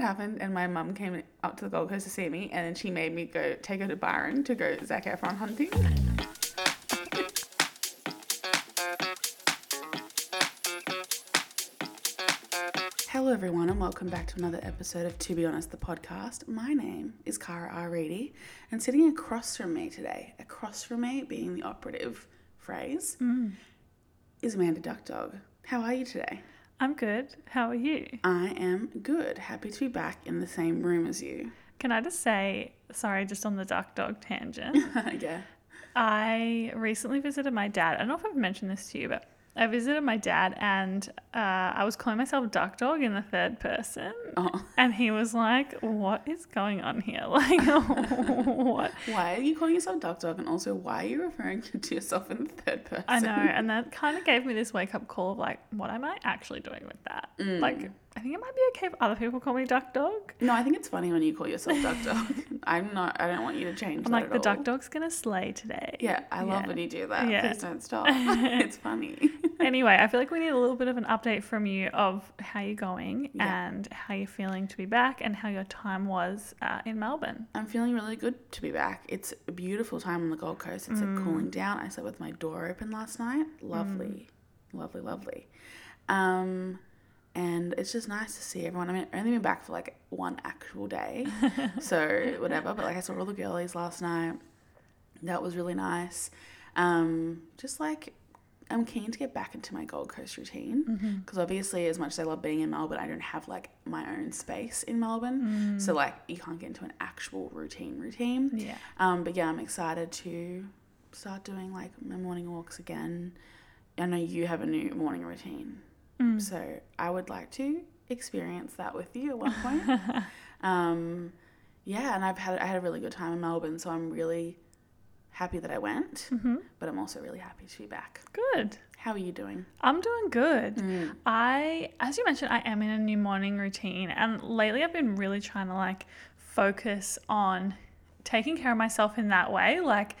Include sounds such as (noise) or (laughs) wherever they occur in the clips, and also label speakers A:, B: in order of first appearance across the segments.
A: happened, and my mum came up to the Gold Coast to see me, and then she made me go take her to Byron to go Zac Efron hunting. Hello, everyone, and welcome back to another episode of To Be Honest, the podcast. My name is Cara R. Reedy, and sitting across from me today, across from me being the operative phrase, is Amanda Duck Dog. How are you today?
B: I'm good. How are you?
A: I am good. Happy to be back in the same room as you. (laughs)
B: Can I just say, sorry, just on the duck
A: (laughs)
B: dog tangent.
A: yeah.
B: I recently visited my dad. I don't know if I've mentioned this to you, but I visited my dad and uh, I was calling myself duck dog in the third person.
A: Oh,
B: And he was like, What is going on here? (laughs) Like, what?
A: why are you calling yourself Duck Dog? And also, why are you referring (laughs) to yourself in the third person? (laughs)
B: I know. And that kind of gave me this wake up call of like, What am I actually doing with that?
A: Hmm.
B: Like, I think it might be okay if other people call me duck dog.
A: Mm. No, I think it's funny when you call yourself Duck Dog.
B: (laughs)
A: I'm not, I don't want you to change that
B: I'm like,
A: at
B: The
A: all.
B: duck dog's going to slay today.
A: Yeah, I love
B: Yeah.
A: when you do that.
B: Yeah.
A: Please don't
B: (laughs)
A: stop. (laughs) it's funny.
B: anyway, I feel like we need a little bit of an update from you of how you're going
A: Yeah.
B: and how you're feeling to be back and how your time was uh, in Melbourne.
A: I'm feeling really good to be back. It's a beautiful time on the Gold Coast. It's like
B: Mm.
A: cooling down. I slept with my door open last night. Lovely, lovely, lovely. Um, and it's just nice to see everyone. I mean, I've only been back for like one actual day, so whatever. But like, I saw all the girlies last night. That was really nice. Um, just like I'm keen to get back into my Gold Coast routine because obviously, as much as I love being in Melbourne, I don't have like my own space in Melbourne. So like, you can't get into an actual routine routine.
B: Yeah.
A: Um, but yeah, I'm excited to start doing like my morning walks again. I know you have a new morning routine, so I would like to experience that with you at one point. um, yeah, and I've had I had a really good time in Melbourne, so I'm really happy that I went. But I'm also really happy to be back.
B: Good.
A: How are you doing?
B: I'm doing good. I, as you mentioned, I am in a new morning routine, and lately I've been really trying to like focus on taking care of myself in that way, like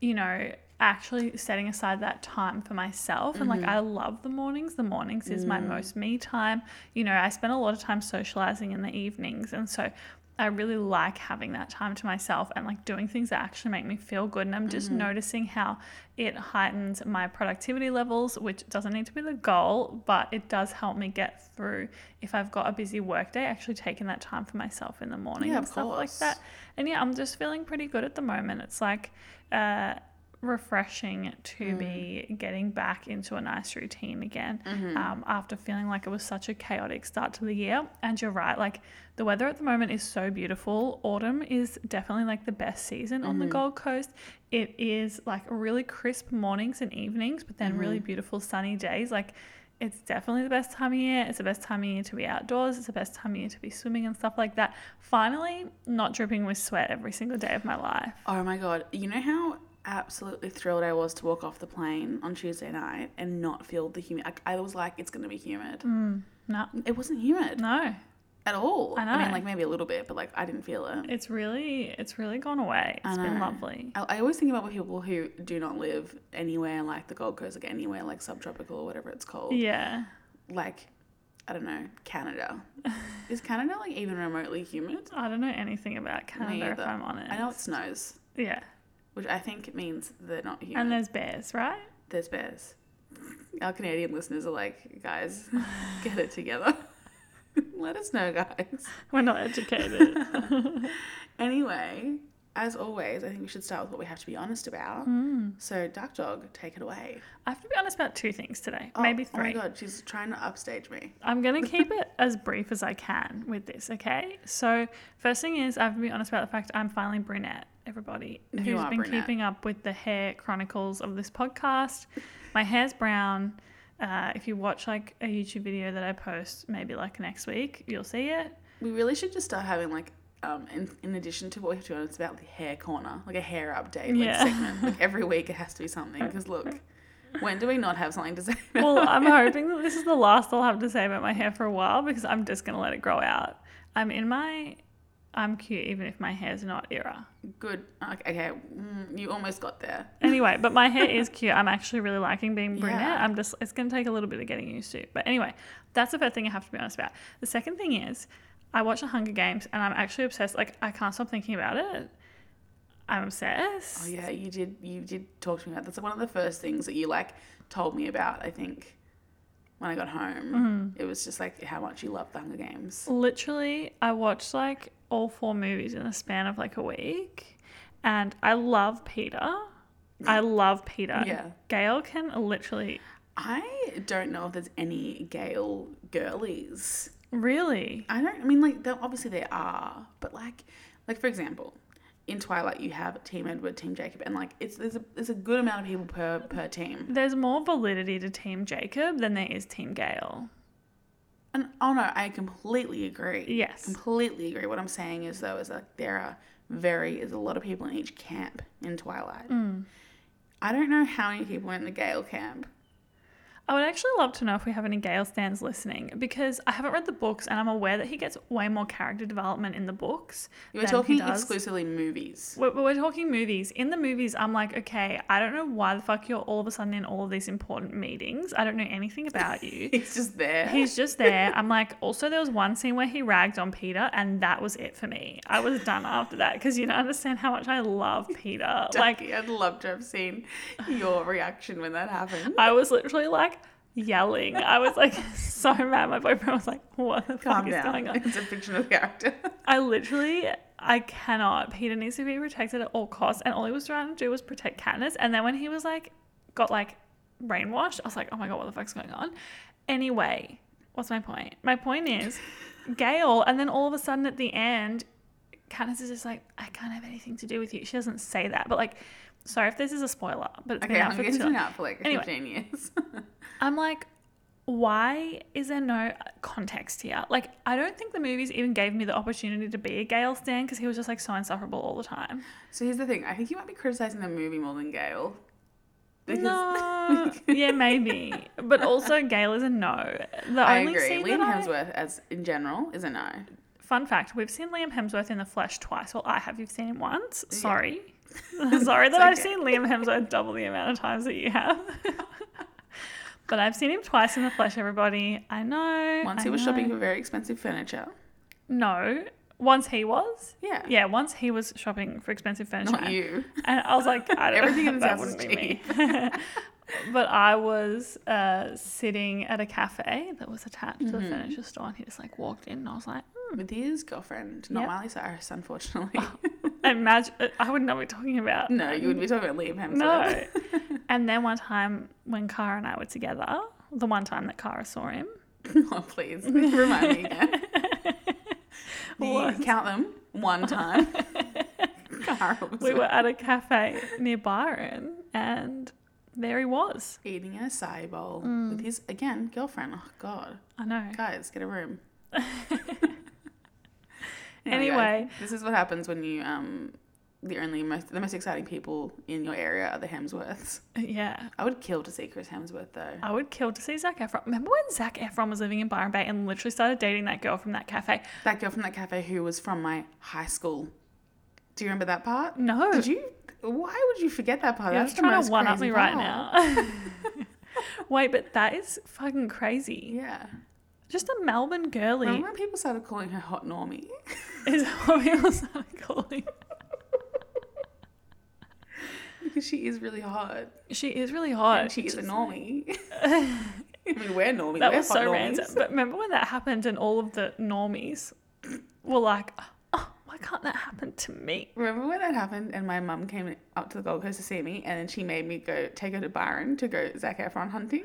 B: you know, actually setting aside that time for myself. And like I love the mornings. The mornings is my most me time. You know, I spend a lot of time socializing in the evenings, and so. I really like having that time to myself and like doing things that actually make me feel good. And I'm just
A: Mm-hmm.
B: noticing how it heightens my productivity levels, which doesn't need to be the goal, but it does help me get through if I've got a busy work day, actually taking that time for myself in the morning
A: Yeah,
B: and
A: of
B: stuff like
A: course.
B: that. And yeah, I'm just feeling pretty good at the moment. It's like uh, refreshing to be getting back into a nice routine again um, after feeling like it was such a chaotic start to the year. And you're right, like the weather at the moment is so beautiful. Autumn is definitely like the best season on the Gold Coast. It is like really crisp mornings and evenings, but then really beautiful sunny days. Like it's definitely the best time of year. It's the best time of year to be outdoors. It's the best time of year to be swimming and stuff like that. Finally, not dripping with sweat every single day of my life.
A: Oh my god! You know how absolutely thrilled I was to walk off the plane on Tuesday night and not feel the humid. I, I was like, it's gonna be humid.
B: No,
A: It wasn't humid
B: no,
A: at all.
B: I
A: I mean,
B: know.
A: like maybe a little bit, but like I didn't feel it.
B: it's really, it's really gone away. It's been
A: know.
B: lovely.
A: I, I always think about people who do not live anywhere like the Gold Coast, like anywhere like subtropical or whatever it's called.
B: Yeah,
A: Like, I don't know, Canada. Is Canada like even remotely humid?
B: I don't know anything about Canada if
A: either.
B: I'm honest.
A: I know it snows,
B: Yeah,
A: which I think means they're not humid.
B: and there's bears, right? (laughs)
A: There's bears. (laughs) Our Canadian listeners are like,
B: (laughs)
A: guys, get it together. (laughs) Let us know, guys.
B: We're not
A: (laughs)
B: educated.
A: Anyway, as always, I think we should start with what we have to be honest about.
B: Mm.
A: So, Duck Dog, take it away.
B: I have to be honest about two things today,
A: Oh,
B: maybe
A: Oh my
B: three.
A: god, she's trying to upstage me.
B: I'm going to keep it as brief as I can with this, okay? So, first thing is, I have to be honest about the fact I'm finally brunette, everybody who's
A: are
B: been
A: brunette.
B: keeping up with the hair chronicles of this podcast. My hair's brown. Uh, if you watch like a YouTube video that I post, maybe like next week, you'll see it.
A: We really should just start having like, um, in, in addition to what we have to be honest about, the hair corner, like a hair update like,
B: Yeah.
A: segment.
B: (laughs)
A: Like every week, it has to be something. Because look, when do we not have something to say? About (laughs)
B: Well, I'm hoping that this is the last I'll have to say about my hair for a while because I'm just going to let it grow out. I'm in my, I'm cute even if my hair's not era.
A: good. Okay, okay. Mm, you almost got there.
B: anyway, but my hair
A: (laughs)
B: is cute. I'm actually really liking being brunette.
A: Yeah.
B: I'm just it's gonna take a little bit of getting used to. But anyway, that's the first thing I have to be honest about. The second thing is I watch The Hunger Games and I'm actually obsessed. Like, I can't stop thinking about it. I'm obsessed.
A: Oh yeah, you did. You did talk to me about that's one of the first things that you like told me about. I think when I got home,
B: Mm-hmm.
A: it was just like how much you loved The Hunger Games.
B: Literally, I watched like all four movies in the span of like a week, and I love Peter. I love Peter.
A: Yeah.
B: Gail can literally,
A: I don't know if there's any Gale girlies.
B: really.
A: I don't. I mean, like, there, obviously there are, but like, like for example, in Twilight you have Team Edward, Team Jacob, and like it's there's a there's a good amount of people per per team.
B: There's more validity to Team Jacob than there is Team Gail.
A: And oh no, I completely agree.
B: Yes.
A: completely agree. What I'm saying is though is like there are very is a lot of people in each camp in Twilight.
B: Mm.
A: I don't know how many people were in the Gale camp.
B: I would actually love to know if we have any Gale stands listening because I haven't read the books and I'm aware that he gets way more character development in the books.
A: We're
B: than he
A: talking
B: does.
A: exclusively movies.
B: We're, we're talking movies. In the movies, I'm like, okay, I don't know why the fuck you're all of a sudden in all of these important meetings. I don't know anything
A: (laughs)
B: about you.
A: It's just there.
B: He's just there. I'm like, also, there was one scene where he ragged on Peter, and that was it for me. I was done after that because you don't understand how much I love
A: (laughs)
B: Peter. Like,
A: Ducky, I'd love to have seen your reaction when that happened.
B: I was literally like yelling. I was like (laughs) so mad. My boyfriend was like, what (laughs) the fuck
A: Calm
B: is
A: down.
B: going on?
A: It's a fictional character. (laughs)
B: I literally, I cannot. Peter needs to be protected at all costs. And all he was trying to do was protect Katniss. And then when he was like, got like brainwashed, I was like, oh my God, what the fuck's going on? Anyway, what's my point? My
A: (laughs)
B: point is, Gail, and then all of a sudden at the end, Katniss is just like, I can't have anything to do with you. She doesn't say that, but like, sorry if this is a spoiler, but it's
A: Okay,
B: been
A: I'm
B: out for
A: going
B: too
A: to
B: long.
A: out for like
B: Anyway.
A: 15 years.
B: I'm like, why is there no context here? Like, I don't think the movies even gave me the opportunity to be a Gale stan because he was just like so insufferable all the time.
A: (laughs) so here's the thing. I think you might be criticizing the movie more than Gale. Because- (laughs)
B: No, yeah, maybe, but also Gale is a no. The
A: I
B: only
A: agree.
B: scene
A: Liam
B: that I-
A: Hemsworth, as in general, is a no.
B: Fun fact: We've seen Liam Hemsworth in the flesh twice. Well, I have. You've seen him once.
A: (laughs)
B: Sorry, (laughs) sorry that I've
A: okay.
B: seen Liam Hemsworth double the amount of times that you have. (laughs) but I've seen him twice in the flesh. Everybody, I know.
A: Once
B: I
A: he was
B: know.
A: shopping for very expensive furniture.
B: No, once he was.
A: Yeah.
B: Yeah, once he was shopping for expensive furniture.
A: Not
B: (laughs)
A: you.
B: And I
A: (laughs)
B: was like, I don't (laughs)
A: Everything
B: know,
A: in this
B: that
A: house is
B: wouldn't be me. (laughs) but I was uh, sitting at a cafe that was attached to
A: Mm-hmm.
B: the furniture store, and he just like walked in, and I
A: (laughs)
B: was like,
A: With his girlfriend, not
B: Yep. Oh,
A: Miley Cyrus, unfortunately.
B: imagine, uh, I wouldn't know what you're talking
A: (laughs)
B: about.
A: no, you would be talking about Liam Hemsworth.
B: No. and then one time when Cara and I were together, the one time that Cara saw him,
A: (laughs) oh, please. Remind me
B: (laughs)
A: again. The-
B: What?
A: count them one
B: (laughs)
A: time. (laughs) Cara was
B: we were at a cafe near Byron, and there he was.
A: eating an acai bowl
B: Mm.
A: with his, again, girlfriend. Oh, God.
B: I know.
A: Guys, get a room.
B: (laughs) Anyway.
A: guys, this is what happens when you um the only most the most exciting people in your area are the Hemsworths.
B: Yeah.
A: I would kill to see Chris Hemsworth though.
B: I would kill to see Zach Efron. Remember when Zach Efron was living in Byron Bay and literally started dating that girl from that cafe?
A: That girl from that cafe who was from my high school. Do you remember that part?
B: No.
A: Did you? Why would you forget that part?
B: Yeah,
A: That's
B: it's
A: the
B: trying
A: most
B: to one up
A: crazy
B: me right
A: part.
B: now. (laughs) Wait, but that is fucking crazy.
A: Yeah.
B: Just a Melbourne girly
A: Remember when people started calling her hot normie? (laughs)
B: (laughs) is what people started calling.
A: because she is really hot.
B: She is really hot.
A: and she is a
B: Just- (laughs)
A: normie. (laughs) I mean, we're normie.
B: That
A: we're
B: was
A: hot
B: so
A: normies.
B: random. But remember when that happened and all of the normies were like, oh, why can't that happen to me?
A: Remember when that happened and my mum came up to the Gold Coast to see me and then she made me go take her to Byron to go Zac Efron
B: (laughs)
A: hunting?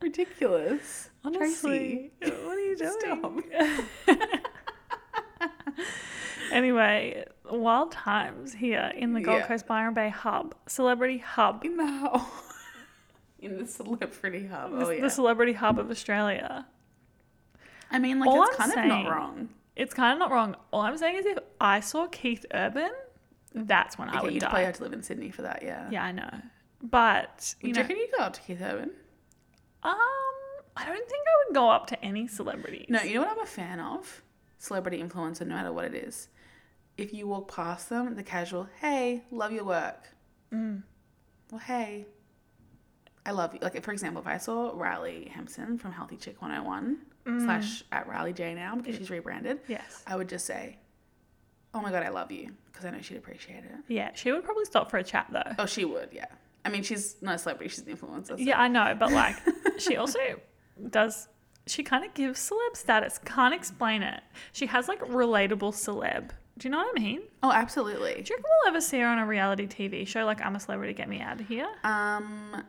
A: Ridiculous.
B: Honestly, what are you doing?
A: Stop.
B: Anyway, wild times here in the Gold
A: Yeah.
B: Coast Byron Bay Hub, Celebrity Hub,
A: In the hub. (laughs) In the celebrity hub. Oh,
B: the-
A: yeah.
B: the Celebrity Hub of Australia.
A: I mean, like,
B: All
A: it's
B: I'm
A: kind of not
B: saying-
A: wrong.
B: It's kind of not wrong. All I'm saying is if I saw Keith Urban, that's when I
A: Okay,
B: would
A: you'd
B: die.
A: probably have to live in Sydney for that, yeah.
B: Yeah, I know. But,
A: Do
B: you
A: you
B: know,
A: reckon you go up to Keith Urban?
B: um, I don't think I would go up to any celebrities.
A: No, you know what I'm a fan of? Celebrity influencer, no matter what it is. If you walk past them, the casual, hey, love your work.
B: Mm.
A: Well, hey, I love you. Like, for example, if I saw Riley Hampson from Healthy Chick 101, slash at Riley J now because she's rebranded,
B: Mm. Yes.
A: I would just say, "Oh my god, I love you," because I know she'd appreciate it.
B: Yeah, she would probably stop for a chat though.
A: Oh, she would, yeah. I mean, she's not a celebrity; she's an influencer. so-
B: Yeah, I know, but like
A: (laughs)
B: she also does she kind of gives celeb status. Can't explain it. She has like relatable celeb. Do you know what I mean?
A: Oh, absolutely.
B: Do you reckon we'll ever see her on a reality TV show like I'm a celebrity, get me out of here?
A: Um,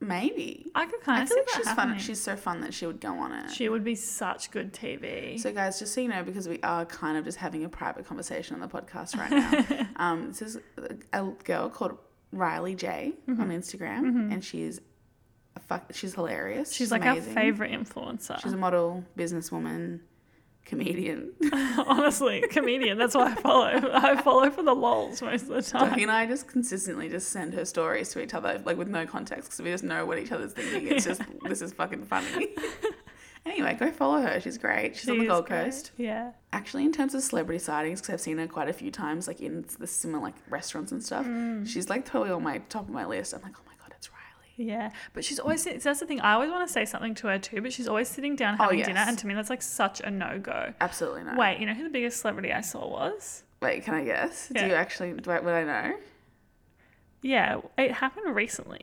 A: maybe.
B: I could
A: I,
B: kind of see
A: feel like
B: that
A: she's
B: happening.
A: fun. She's so fun that she would go on it.
B: She would be such good TV.
A: So, guys, just so you know, because we are kind of just having a private conversation on the podcast right now,
B: (laughs)
A: um, this is a girl called Riley J
B: Mm-hmm.
A: on Instagram, and she's a fuck. She's hilarious.
B: she's like
A: amazing.
B: our favorite influencer. (laughs)
A: She's a model, businesswoman, comedian. (laughs)
B: Honestly, comedian. That's why I follow. I follow for the lols most of the
A: Duffy
B: time.
A: and I just consistently just send her stories to each other, like with no context, because we just know what each other's thinking. It's
B: (laughs)
A: just this is fucking funny. (laughs) anyway, go follow her. She's great. She's on the
B: She is
A: Gold
B: great.
A: Coast.
B: Yeah.
A: Actually, in terms of celebrity sightings, because I've seen her quite a few times, like in the similar like restaurants and stuff.
B: Mm.
A: She's like totally on my top of my list. I'm like, oh my god, it's Riley.
B: Yeah, but she's always sit- that's the thing. I always want to say something to her too, but she's always sitting down
A: Oh,
B: having dinner,
A: yes.
B: and to me that's like such a no go.
A: Absolutely not.
B: Wait, you know who the biggest celebrity I saw was?
A: Wait, can I guess?
B: Yeah.
A: Do you actually? Do I, would I know?
B: Yeah, it happened recently.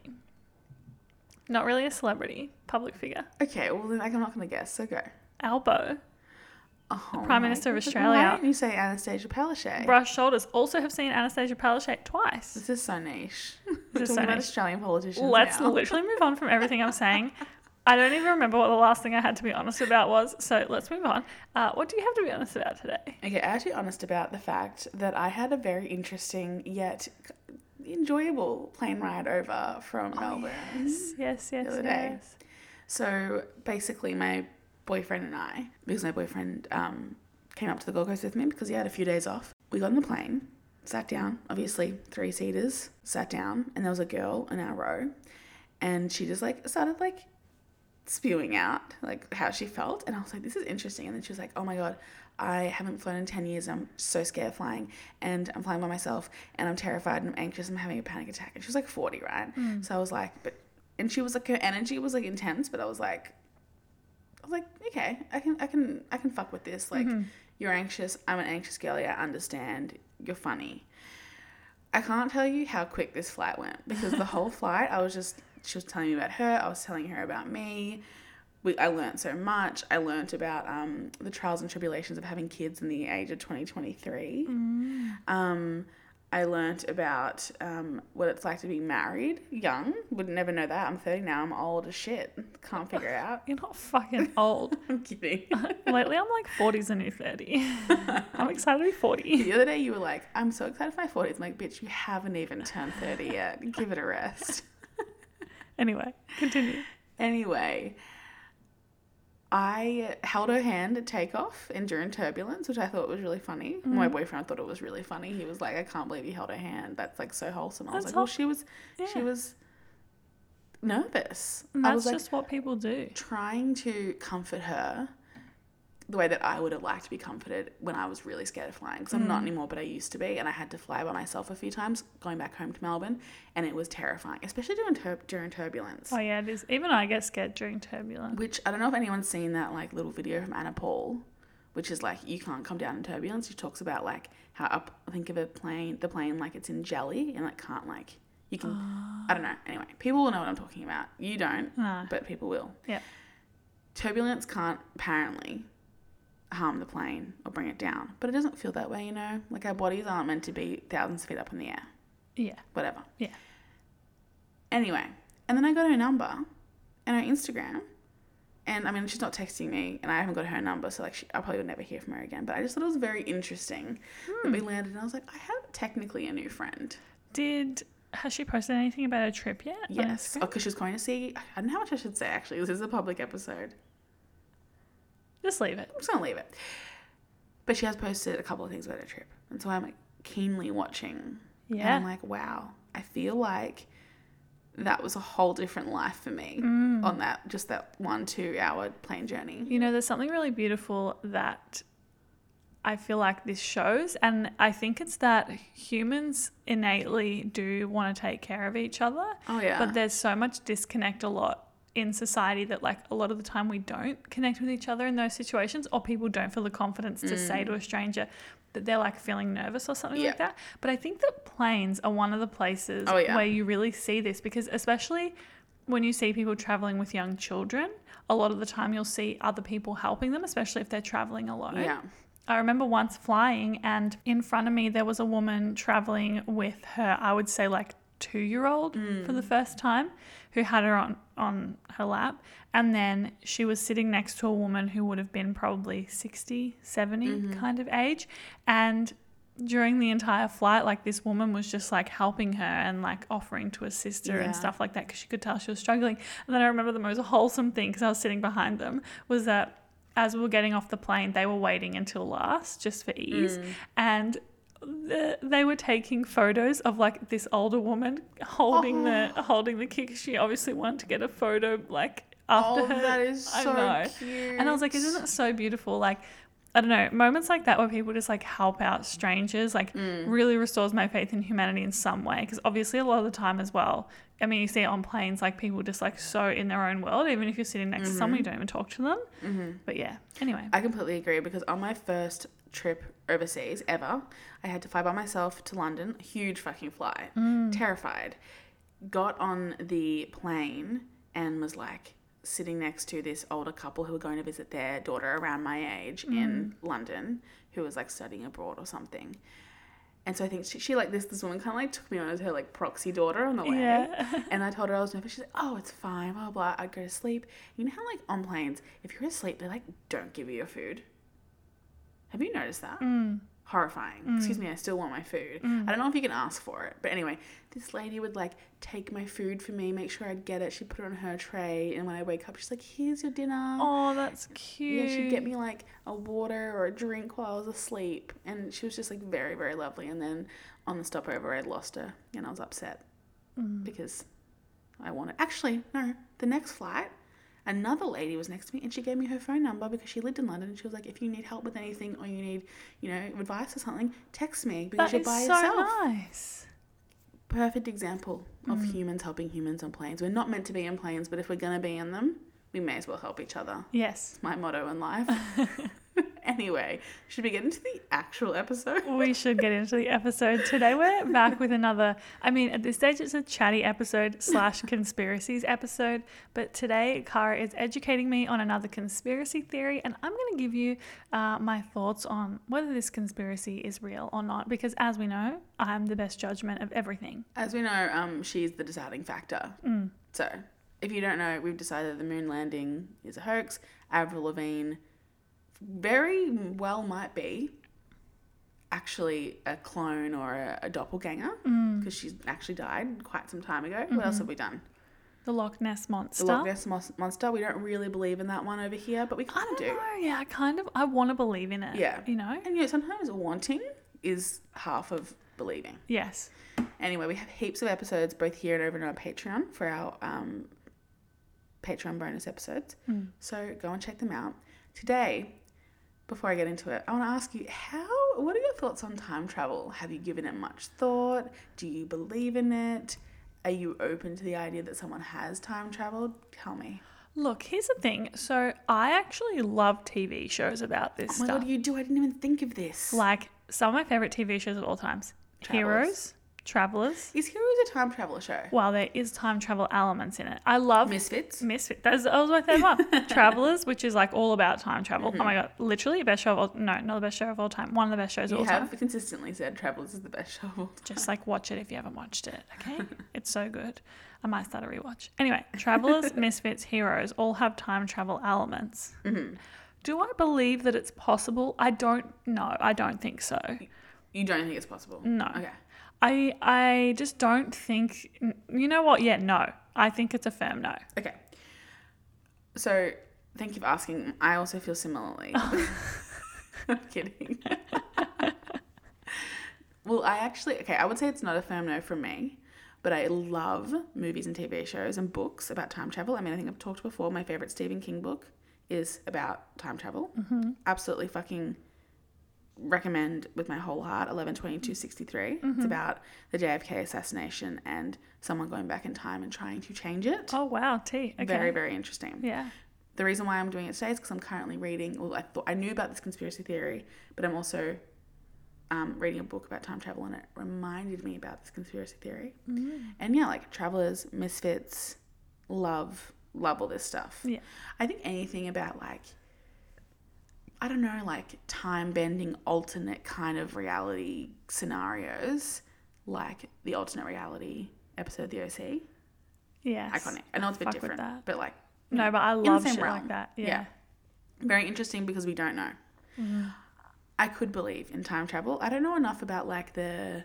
B: Not really a celebrity, public figure.
A: Okay, well then I'm not gonna guess. So go.
B: Albo
A: Oh,
B: Prime
A: my
B: Minister of
A: goodness, Why
B: Australia.
A: didn't you say Anastasia Palaszczuk?
B: brushed shoulders. Also, have seen Anastasia Palaszczuk twice.
A: This is so niche. (laughs) We're talking
B: This is so
A: about
B: niche.
A: Australian politicians.
B: Let's
A: now. (laughs)
B: literally move on from everything I'm saying. I don't even remember what the last thing I had to be honest about was. So let's move on. Uh, what do you have to be honest about today?
A: Okay, I have to be honest about the fact that I had a very interesting yet enjoyable plane ride over from Melbourne.
B: Oh, Yes, yes,
A: other day.
B: yes.
A: So basically, my boyfriend and I, because my boyfriend um, came up to the Gold Coast with me because he had a few days off, we got on the plane, sat down, obviously, three seaters, sat down, and there was a girl in our row, and she just like started like spewing out like how she felt and I was like this is interesting and then she was like oh my god I haven't flown in 10 years I'm so scared of flying and I'm flying by myself and I'm terrified and I'm anxious I'm having a panic attack and she was like 40 right so I was like but and she was like her energy was like intense but I was like I was like okay I can I can I can fuck with this like you're anxious I'm an anxious girly I understand you're funny I can't tell you how quick this flight went because the (laughs) whole flight I was just she was telling me about her, I was telling her about me. We, I learned so much. I learned about um, the trials and tribulations of having kids in the age of 2023.
B: Mm,
A: Um, I learned about um, what it's like to be married young. Would never know that. I'm 30 now. I'm old as shit. Can't figure it out.
B: You're not fucking old.
A: (laughs) I'm kidding.
B: Lately, I'm like 40's a new 30. I'm excited to be 40.
A: (laughs) The other day you were like, I'm so excited for my 40s. I'm like, bitch, you haven't even turned 30 yet. Give it a rest.
B: Anyway, continue.
A: Anyway, I held her hand at takeoff and during turbulence, which I thought was really funny.
B: Mm-hmm.
A: My boyfriend thought it was really funny. He was like, "I can't believe you held her hand. That's like so wholesome." I was
B: That's
A: like, "Well,
B: wholesome.
A: she was, she
B: Yeah.
A: was nervous."
B: And
A: I
B: that's
A: was like
B: just what people do.
A: trying to comfort her the way that I would have liked to be comforted when I was really scared of flying. Because I'm not
B: Mm.
A: anymore, but I used to be, and I had to fly by myself a few times going back home to Melbourne, and it was terrifying, especially during tur- during turbulence.
B: Oh, yeah, it is. Even I get scared during turbulence.
A: Which I don't know if anyone's seen that like little video from Anna Paul, which is like you can't come down in turbulence. She talks about like how up think of a plane the plane like it's in jelly and like can't like you can I don't know. Anyway, people will know what I'm talking about. You don't,
B: No.
A: but people will.
B: Uh-huh. Yeah.
A: Turbulence can't apparently harm the plane or bring it down. But it doesn't feel that way, you know? Like our bodies aren't meant to be thousands of feet up in the air.
B: Yeah.
A: Whatever.
B: Yeah.
A: Anyway, and then I got her number and her Instagram. And I mean, she's not texting me, and I haven't got her number, so like, she, I probably would never hear from her again. But I just thought it was very interesting that
B: Hmm.
A: we landed, and I was like, I have technically a new friend.
B: Did. Has she posted anything about her trip yet? on
A: Yes.
B: Instagram?
A: Oh, because she's going to see. I don't know how much I should say, actually. This is a public episode.
B: Just leave it.
A: I'm just going to leave it. But she has posted a couple of things about her trip. And so I'm like keenly watching. And
B: Yeah.
A: I'm like, wow, I feel like that was a whole different life for me on that, just that one, two hour plane journey.
B: Mm. You know, there's something really beautiful that I feel like this shows. And I think it's that humans innately do want to take care of each other.
A: Oh, yeah.
B: But there's so much disconnect a lot in society that like a lot of the time we don't connect with each other in those situations or people don't feel the confidence to say to a stranger that they're like feeling nervous or something
A: Mm. Yeah.
B: like that. But I think that planes are one of the places
A: Oh, yeah.
B: where you really see this because especially when you see people traveling with young children, a lot of the time you'll see other people helping them, especially if they're traveling alone.
A: Yeah.
B: I remember once flying, and in front of me, there was a woman traveling with her, I would say, like two year old for the first time, who had her on, on her lap. And then she was sitting next to a woman who would have been probably 60, 70 kind of age. And during the entire flight, like this woman was just like helping her and like offering to assist her
A: Yeah.
B: and stuff like that because she could tell she was struggling. And then I remember the most wholesome thing because I was sitting behind them was that as we were getting off the plane, they were waiting until last just for ease.
A: Mm.
B: And the, they were taking photos of like this older woman holding
A: Oh.
B: the holding the kid. 'cause She obviously wanted to get a photo like after
A: Oh,
B: her.
A: that is
B: I
A: so
B: know.
A: cute.
B: And I was like, isn't it so beautiful? Like, I don't know, moments like that where people just like help out strangers, like
A: Mm.
B: really restores my faith in humanity in some way. Because obviously, a lot of the time as well, I mean, you see it on planes, like people just like so in their own world, even if you're sitting next to
A: Mm-hmm.
B: someone, you don't even talk to them. But yeah, anyway.
A: I completely agree because on my first trip overseas ever, I had to fly by myself to London. Huge fucking flight. Terrified. Got on the plane and was like sitting next to this older couple who were going to visit their daughter around my age in London who was like studying abroad or something. And so I think she, she like this this woman kind of like took me on as her like proxy daughter on the way.
B: Yeah.
A: And I told her I was nervous. She's like, "Oh, it's fine." Blah blah. I'd go to sleep. You know how like on planes, if you're asleep, they like don't give you your food. Have you noticed that?
B: Mm.
A: Horrifying. Excuse me, I still want my food. I don't know if you can ask for it, but anyway, this lady would like take my food for me, make sure I'd get it. She'd put it on her tray, and when I wake up, she's like, "Here's your dinner."
B: Oh, that's cute.
A: Yeah, she'd get me like a water or a drink while I was asleep. And she was just like very, very lovely. And then on the stopover, I lost her and I was upset
B: Mm.
A: because I wanted. Actually, no, the next flight, another lady was next to me and she gave me her phone number because she lived in London. And she was like, if you need help with anything or you need, you know, advice or something, text me because
B: That
A: you're
B: is
A: by
B: so
A: yourself.
B: nice. Mm.
A: Perfect example of humans helping humans on planes. We're not meant to be in planes, but if we're going to be in them, we may as well help each other
B: Yes.
A: my motto in
B: (laughs)
A: life. anyway, should we get into the actual episode?
B: We should get into the episode today. We're back with another. I mean, at this stage, it's a chatty (laughs) episode slash conspiracies episode. But today, Kara is educating me on another conspiracy theory, and I'm going to give you uh, my thoughts on whether this conspiracy is real or not. Because as we know, I'm the best judgment of everything.
A: As we know, um, she's the deciding factor.
B: Mm.
A: So, if you don't know, we've decided the moon landing is a hoax. Avril Lavigne very well might be actually a clone or a, a doppelganger
B: Mm.
A: because she's actually died quite some time ago. What
B: Mm-hmm.
A: else have we done?
B: The Loch Ness monster.
A: The Loch Ness Mos- monster. We don't really believe in that one over here, but we kind of
B: I
A: do.
B: don't know, yeah, I kind of. I want to believe in it.
A: Yeah.
B: You know.
A: And you know, sometimes wanting is half of believing.
B: Yes.
A: Anyway, we have heaps of episodes both here and over on our Patreon for our um, Patreon bonus episodes.
B: Hmm.
A: So go and check them out. Today, before I get into it, I want to ask you how, what are your thoughts on time travel? Have you given it much thought? Do you believe in it? Are you open to the idea that someone has time traveled? Tell me.
B: Look, here's the thing. So I actually love TV shows about this
A: Oh my
B: stuff.
A: god, you do. I didn't even think of this.
B: Like some of my favorite TV shows of all times: Heroes, Travelers.
A: Is Heroes a time traveler show?
B: While there is time travel elements in it, I love
A: Misfits?
B: Misfit. That, that was my third
A: (laughs)
B: one. Travelers, which is like all about time travel. Oh my god, literally best show of all. No, not the best show of all time. One of the best shows of
A: Mm-hmm. You
B: all
A: have
B: time.
A: consistently said Travelers is the best show of all time.
B: Just like watch it if you haven't watched it.
A: (laughs)
B: Okay, it's so good. I might start a rewatch. Anyway,
A: (laughs)
B: Travelers, Misfits, Heroes all have time travel elements.
A: Mm-hmm.
B: Do I believe that it's possible? I don't know. I don't think so.
A: You don't think it's possible?
B: No.
A: Okay.
B: I I just don't think you know what? Yeah, no. I think it's a firm no.
A: Okay. So, thank you for asking. I also feel similarly. (laughs) I'm kidding. (laughs) well, I actually, okay, I would say it's not a firm no from me, but I love movies and TV shows and books about time travel. I mean, I think I've talked before, my favorite Stephen King book is about time travel. Absolutely fucking recommend with my whole heart 112263 it's about the jfk assassination and someone going back in time and trying to change it
B: Oh wow, tea. Okay.
A: very very interesting
B: yeah.
A: the reason why i'm doing it today is because i'm currently reading well I, thought, I knew about this conspiracy theory but i'm also um, reading a book about time travel and it reminded me about this conspiracy theory
B: Mm.
A: and yeah like travelers misfits love love all this stuff
B: Yeah.
A: i think anything about like I don't know, like time bending alternate kind of reality scenarios, like the alternate reality episode of the OC.
B: Yes.
A: Iconic. I know it's a bit
B: Fuck with
A: different,
B: that.
A: but like
B: No, but I
A: in the
B: love
A: same
B: shit
A: realm.
B: like that. Yeah. Mm-hmm.
A: Very interesting because we don't know. I could believe in time travel. I don't know enough about like the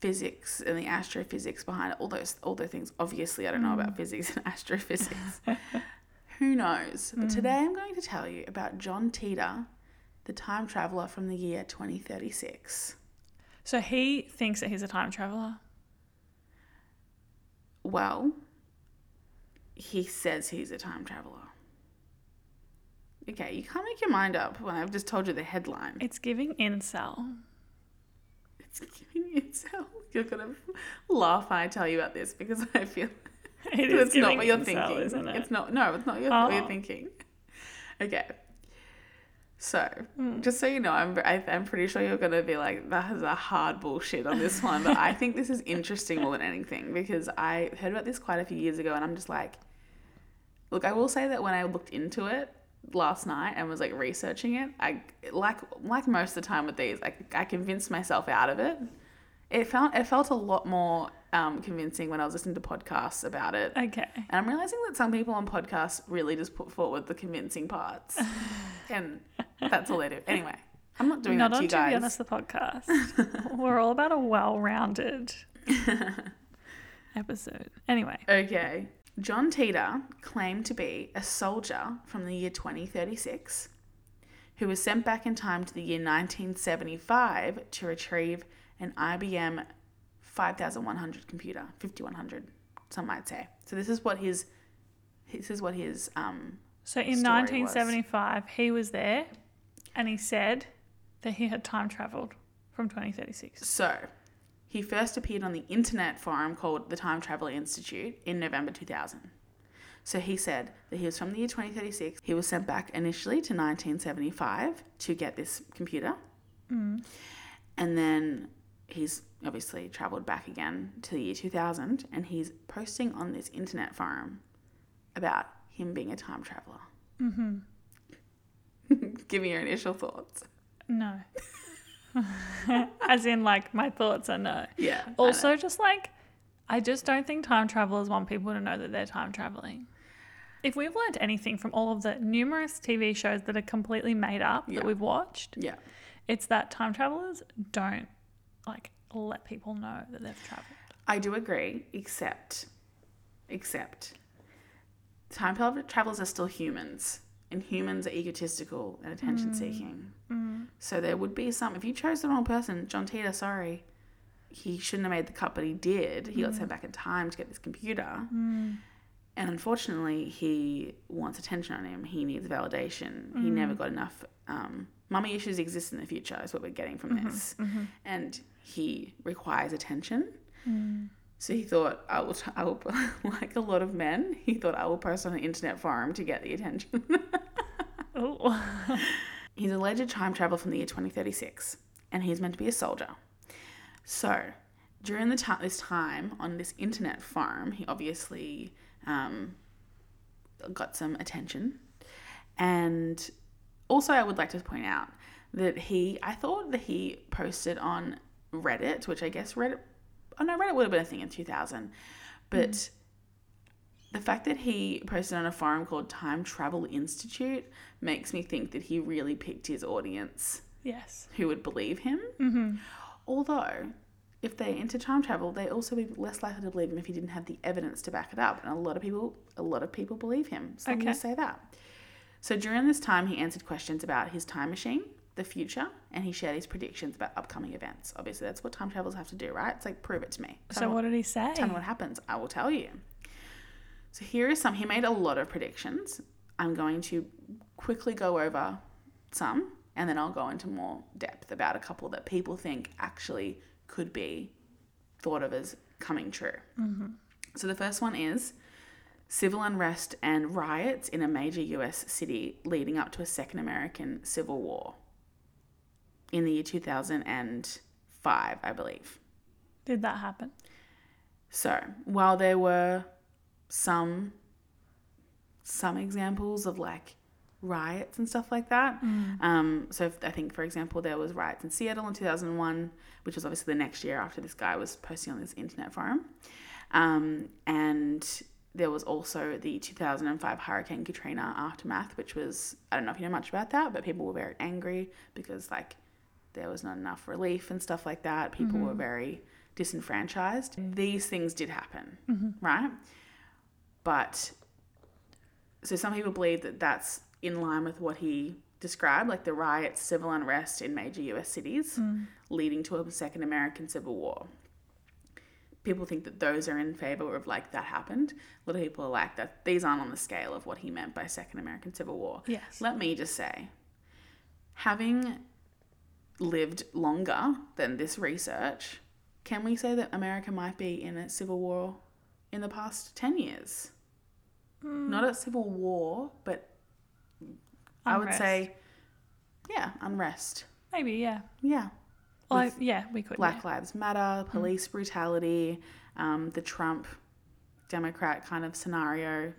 A: physics and the astrophysics behind all those all those things. Obviously, I don't know
B: Mm.
A: about physics and (laughs)
B: (laughs)
A: astrophysics. Who knows?
B: Mm.
A: But today I'm going to tell you about John Teeter, the time traveler from the year 2036.
B: So he thinks that he's a time traveler.
A: Well, he says he's a time traveler. Okay, you can't make your mind up when I've just told you the headline.
B: It's giving incel. (laughs)
A: It's giving (laughs) itself. You're gonna laugh when I tell you about this because I feel
B: It
A: it's not
B: giving
A: what you're
B: incel,
A: thinking.
B: isn't it?
A: It's not. No, it's not your, what you're
B: Oh.
A: thinking. Okay. So,
B: Hmm.
A: just so you know, I'm I, I'm pretty sure you're gonna be like, that is a hard bullshit on this one. But I think this is interesting more than anything because I heard about this quite a few years ago, and I'm just like, Look, I will say that when I looked into it last night and was like researching it, I like like most of the time with these, I, I convinced myself out of it. It felt it felt a lot more um, convincing when I was listening to podcasts about it, and
B: Okay.
A: I'm realizing that some people on podcasts really just put forward the convincing parts,
B: (laughs)
A: and that's all they do. Anyway, I'm not doing
B: Not
A: that to
B: on
A: you
B: to be
A: guys.
B: honest, the
A: (laughs)
B: podcast. We're all about a well-rounded episode. Anyway,
A: Okay. John Teeter claimed to be a soldier from the year 2036 who was sent back in time to the year 1975 to retrieve an IBM 5100 computer, 5100, some might say. So this is what his this is what his um
B: so in
A: Story was.
B: 1975, he was there, and he said that he had time traveled from 2036.
A: so he first appeared on the internet forum called the Time Traveler Institute in November 2000. So he said that he was from the year 2036. He was sent back initially to 1975 to get this computer. Mm. And then he's obviously traveled back again to the year 2000 and he's posting on this internet forum about him being a time traveler. Mm-hmm. (laughs) Give me your initial thoughts.
B: No. (laughs) As in, like my thoughts are no.
A: Yeah. I know.
B: Also, just like, I just don't think time travelers want people to know that they're time traveling. If we've learned anything from all of the numerous TV shows that are completely made up
A: Yeah.
B: that we've watched,
A: Yeah.
B: it's that time travelers don't like let people know that they've traveled.
A: I do agree, except, except, time travel- travelers are still humans, and humans are egotistical and attention seeking. So there would be some. If you chose the wrong person, John Teeter, sorry, he shouldn't have made the cut, but he did. He got sent back in time to get this computer, and unfortunately, he wants attention on him. He needs validation. He never got enough. Um, mummy issues exist in the future, is what we're getting from this, and he requires attention. So he thought, I will, I will, (laughs) like a lot of men, he thought, I will post on an internet forum to get the attention. (laughs)
B: Oh,
A: He's an alleged time traveler from the year 2036, and he's meant to be a soldier. So, during the ti this time on this internet forum, he obviously um, got some attention. And also, I would like to point out that he, I thought that he posted on Reddit, which I guess Reddit, oh no, Reddit would have been a thing in 2000, but the fact that he posted on a forum called Time Travel Institute makes me think that he really picked his audience
B: (laughs) yes.
A: who would believe him.
B: Mm-hmm.
A: Although, if they're into time travel, they also be less likely to believe him if he didn't have the evidence to back it up. And a lot of people, a lot of people believe him. So I'm going
B: Okay.
A: to say that. So during this time, he answered questions about his time machine, the future, and he shared his predictions about upcoming events. Obviously, that's what time travelers have to do, right? It's like prove it to me. Tell
B: So
A: me
B: what did he say?
A: Tell me what happens. I will tell you. So here is some. He made a lot of predictions. I'm going to quickly go over some And then I'll go into more depth about a couple that people think actually could be thought of as coming true. So the first one is civil unrest and riots in a major US city leading up to a second American Civil War in the year 2005, I believe.
B: Did that happen?
A: So, while there were some some examples of like riots and stuff like that, um, so if, I think for example there was riots in Seattle in two thousand and one, which was obviously the next year after this guy was posting on this internet forum, um, and there was also the two thousand and five Hurricane Katrina aftermath, which was I don't know if you know much about that, but people were very angry because like there was not enough relief and stuff like that. People were very disenfranchised. These things did happen, right? But so some people believe that that's in line with what he described, like the riots, civil unrest in major US cities, leading to a second American Civil War. People think that those are in favor of like that happened. A lot of people are like that these aren't on the scale of what he meant by second American Civil War.
B: Yes.
A: Let me just say, having lived longer than this research, can we say that America might be in a civil war in the past 10 years? Not a civil war, but I would
B: Unrest.
A: say, yeah, unrest.
B: maybe, yeah.
A: Yeah.
B: Well, I- yeah, we could.
A: Black
B: yeah.
A: Lives Matter, police brutality, um, the Trump Democrat kind of scenario,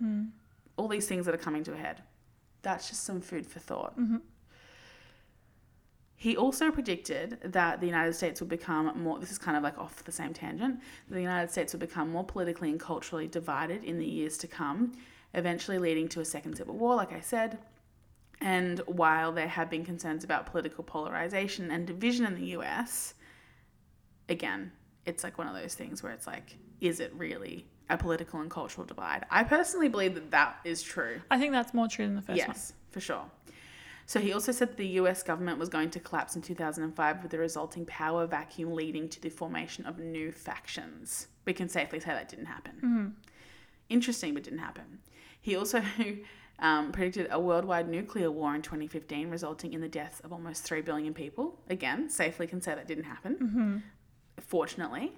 A: all these things that are coming to a head. That's just some food for thought. He also predicted that the United States would become more, this is kind of like off the same tangent, that the United States would become more politically and culturally divided in the years to come, eventually leading to a second civil war, like I said. And while there have been concerns about political polarization and division in the US, again, it's like one of those things where it's like, is it really a political and cultural divide? I personally believe that that is true.
B: I think that's more true than the first one.
A: Yes, for sure. So he also said that the US government was going to collapse in 2005 with the resulting power vacuum leading to the formation of new factions. We can safely say that didn't happen. Interesting, but didn't happen. He also (laughs) um, predicted a worldwide nuclear war in 2015, resulting in the deaths of almost 3 billion people. Again, safely can say that didn't happen. Fortunately,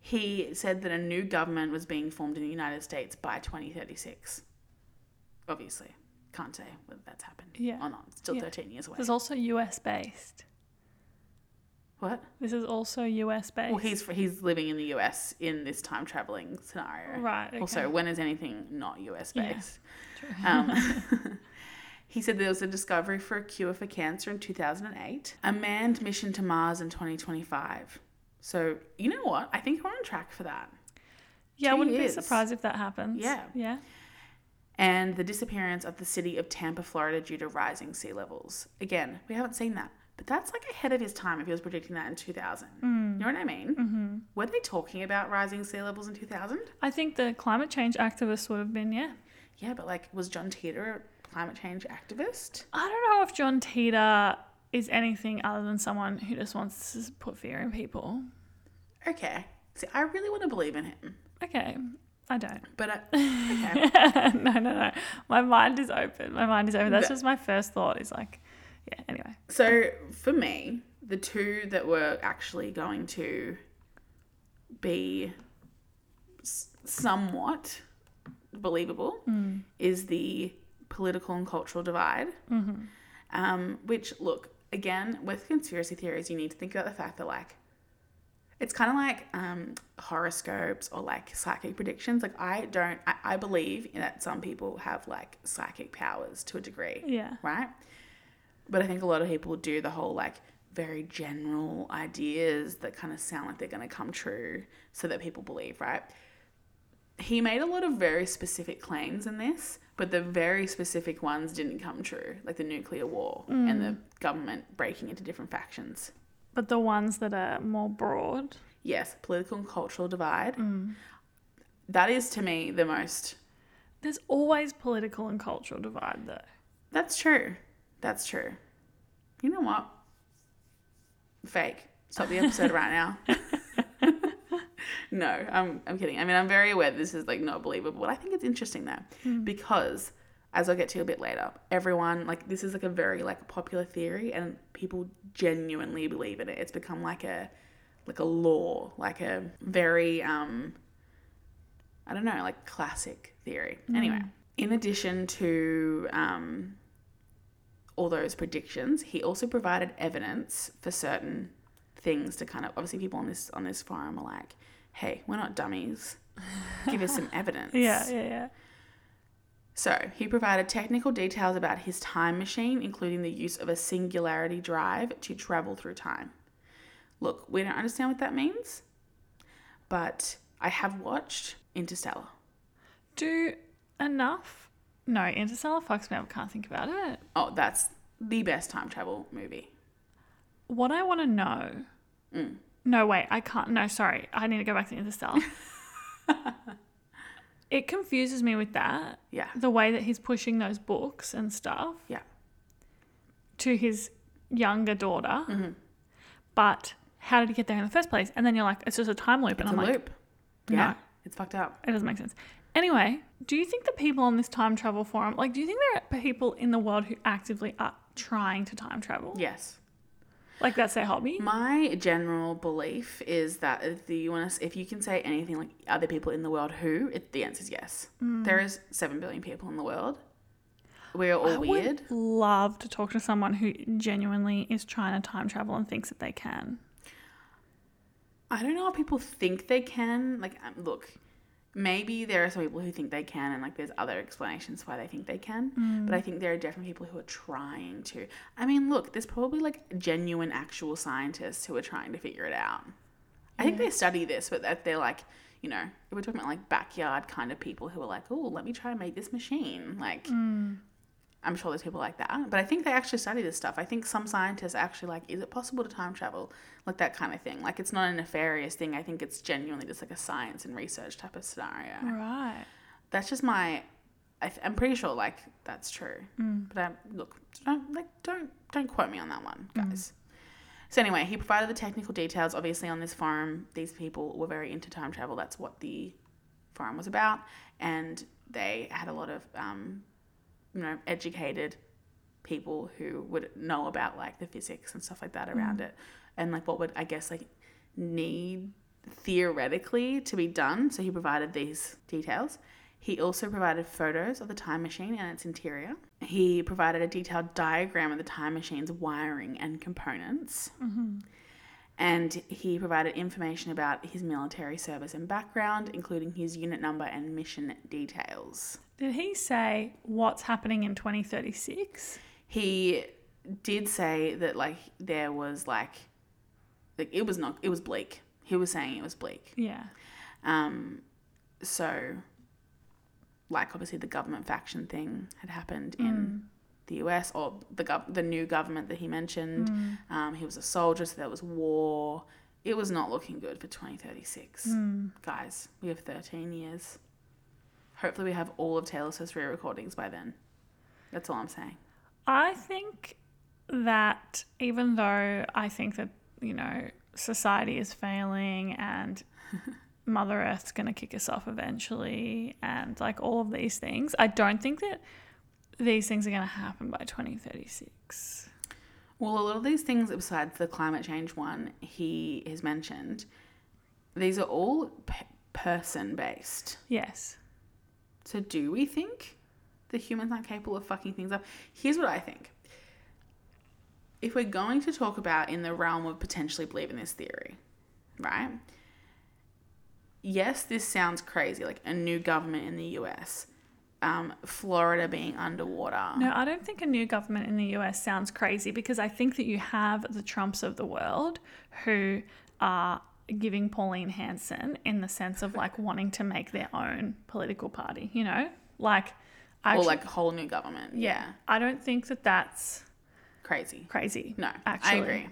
A: he said that a new government was being formed in the United States by 2036. Obviously, can't say whether that's happened
B: Yeah.
A: or not. It's still
B: Yeah.
A: 13 years away.
B: This is also US based.
A: What?
B: This is also US based.
A: Well, he's he's living in the US in this time traveling scenario.
B: Right, okay.
A: Also, when is anything not US
B: Yeah.
A: based?
B: (laughs)
A: Um, (laughs) he said there was a discovery for a cure for cancer in 2008, a manned mission to Mars in 2025. So, you know what? I think we're on track for that.
B: yeah, I
A: two
B: wouldn't
A: years.
B: be surprised if that happens.
A: Yeah.
B: Yeah.
A: and the disappearance of the city of Tampa, Florida, due to rising sea levels. Again, we haven't seen that, but that's like ahead of his time if he was predicting that in 2000. You know what I mean? Mm-hmm. Were they talking about rising sea levels in 2000?
B: I think the climate change activists would have been, yeah.
A: Yeah, but like, was John Teeter a climate change activist?
B: I don't know if John Teeter is anything other than someone who just wants to put fear in people.
A: Okay. See, I really want to believe in him,
B: Okay. I don't.
A: but I, okay.
B: (laughs) no, no, no. My mind is open. My mind is open. That's
A: But-
B: just my first thought is like, yeah, anyway.
A: So for me, the two that were actually going to be s- somewhat believable is the political and cultural divide. Um, which, look, again, with conspiracy theories, you need to think about the fact that, like, it's kind of like um, horoscopes or like psychic predictions. Like, I don't, I, I believe that some people have like psychic powers to a degree
B: Yeah.
A: right? But I think a lot of people do the whole like very general ideas that kind of sound like they're going to come true so that people believe, right? He made a lot of very specific claims in this, but the very specific ones didn't come true, like the nuclear war and the government breaking into different factions.
B: But the ones that are more broad.
A: Yes, political and cultural divide. That is to me the most
B: There's always political and cultural divide though.
A: That's true. That's true. You know what? Fake. Stop the episode right now. (laughs) no, I'm, I'm kidding. I mean, I'm very aware this is like not believable. I think it's interesting though, because as I'll get to a bit later, everyone like this is like a very like popular theory, and people genuinely believe in it. It's become like a like a law, like a very um I don't know, like classic theory. Anyway, in addition to um all those predictions, he also provided evidence for certain things to kind of obviously people on this on this forum are like, hey, we're not dummies. Give us some evidence.
B: Yeah, yeah, yeah.
A: So, he provided technical details about his time machine, including the use of a singularity drive to travel through time. Look, we don't understand what that means, but I have watched Interstellar.
B: Do enough? No, Interstellar fucks me up. Can't think about it.
A: Oh, that's the best time travel movie.
B: What I want to know. Mm. No, wait, I can't. No, sorry. I need to go back to (laughs) Interstellar. it confuses me with that.
A: Yeah.
B: The way that he's pushing those books and stuff
A: Yeah.
B: to his younger daughter.
A: Mm-hmm.
B: But how did he get there in the first place? And then you're like, it's just a time loop. and
A: It's
B: I'm
A: a
B: like,
A: loop. Yeah.
B: no.
A: It's fucked up.
B: It doesn't make sense. Anyway, do you think the people on this time travel forum, like, do you think there are people in the world who actively are trying to time travel?
A: Yes.
B: Like, that's their hobby?
A: My general belief is that if the- you want to, if you can say anything like other people in the world who, it, the answer is yes.
B: Mm.
A: There is seven billion people in the world. We are all
B: I
A: weird.
B: would love to talk to someone who genuinely is trying to time travel and thinks that they can.
A: I don't know how people think they can. Like, um, look, maybe there are some people who think they can, and like there's other explanations why they think they can. But I think there are definitely people who are trying to. I mean, look, there's probably like genuine, actual scientists who are trying to figure it out. I think they study this, but that they're like, you know, we're talking about like backyard kind of people who are like, oh, let me try and make this machine. Like, I'm sure there's people like that, but I think they actually study this stuff. I think some scientists are actually like, is it possible to time travel? Like that kind of thing. Like it's not a nefarious thing. I think it's genuinely just like a science and research type of scenario.
B: Right.
A: That's just my. I th- I'm pretty sure like that's true. But um, look, don't like don't don't quote me on that one, guys. So anyway, he provided the technical details. Obviously, on this forum, these people were very into time travel. That's what the forum was about, and they had a lot of um, you know educated people who would know about like the physics and stuff like that around it, and like what would I guess like need theoretically to be done. So he provided these details. He also provided photos of the time machine and its interior. He provided a detailed diagram of the time machine's wiring and components. And he provided information about his military service and background, including his unit number and mission details.
B: Did he say what's happening in 2036?
A: he did say that like there was like like it was not it was bleak he was saying it was bleak
B: Yeah.
A: um so like obviously the government faction thing had happened in the US or the gov- the new government that he mentioned um he was a soldier so there was war it was not looking good for 2036 guys we have 13 years hopefully we have all of Taylor Swift's re-recordings by then that's all I'm saying
B: I think that even though I think that, you know, society is failing and Mother Earth's going to kick us off eventually and like all of these things, I don't think that these things are going to happen by 2036.
A: Well, a lot of these things, besides the climate change one, he has mentioned, these are all p- person based.
B: Yes.
A: So, do we think the humans aren't capable of fucking things up? Here's what I think. If we're going to talk about in the realm of potentially believing this theory, right? Yes, this sounds crazy, like a new government in the US, um, Florida being underwater.
B: No, I don't think a new government in the US sounds crazy because I think that you have the Trumps of the world who are giving Pauline Hanson in the sense of like wanting to make their own political party, you know? Like, I
A: or
B: actu-
A: like a whole new government. yeah.
B: I don't think that that's
A: Crazy.
B: crazy.
A: No,
B: actually.
A: I agree.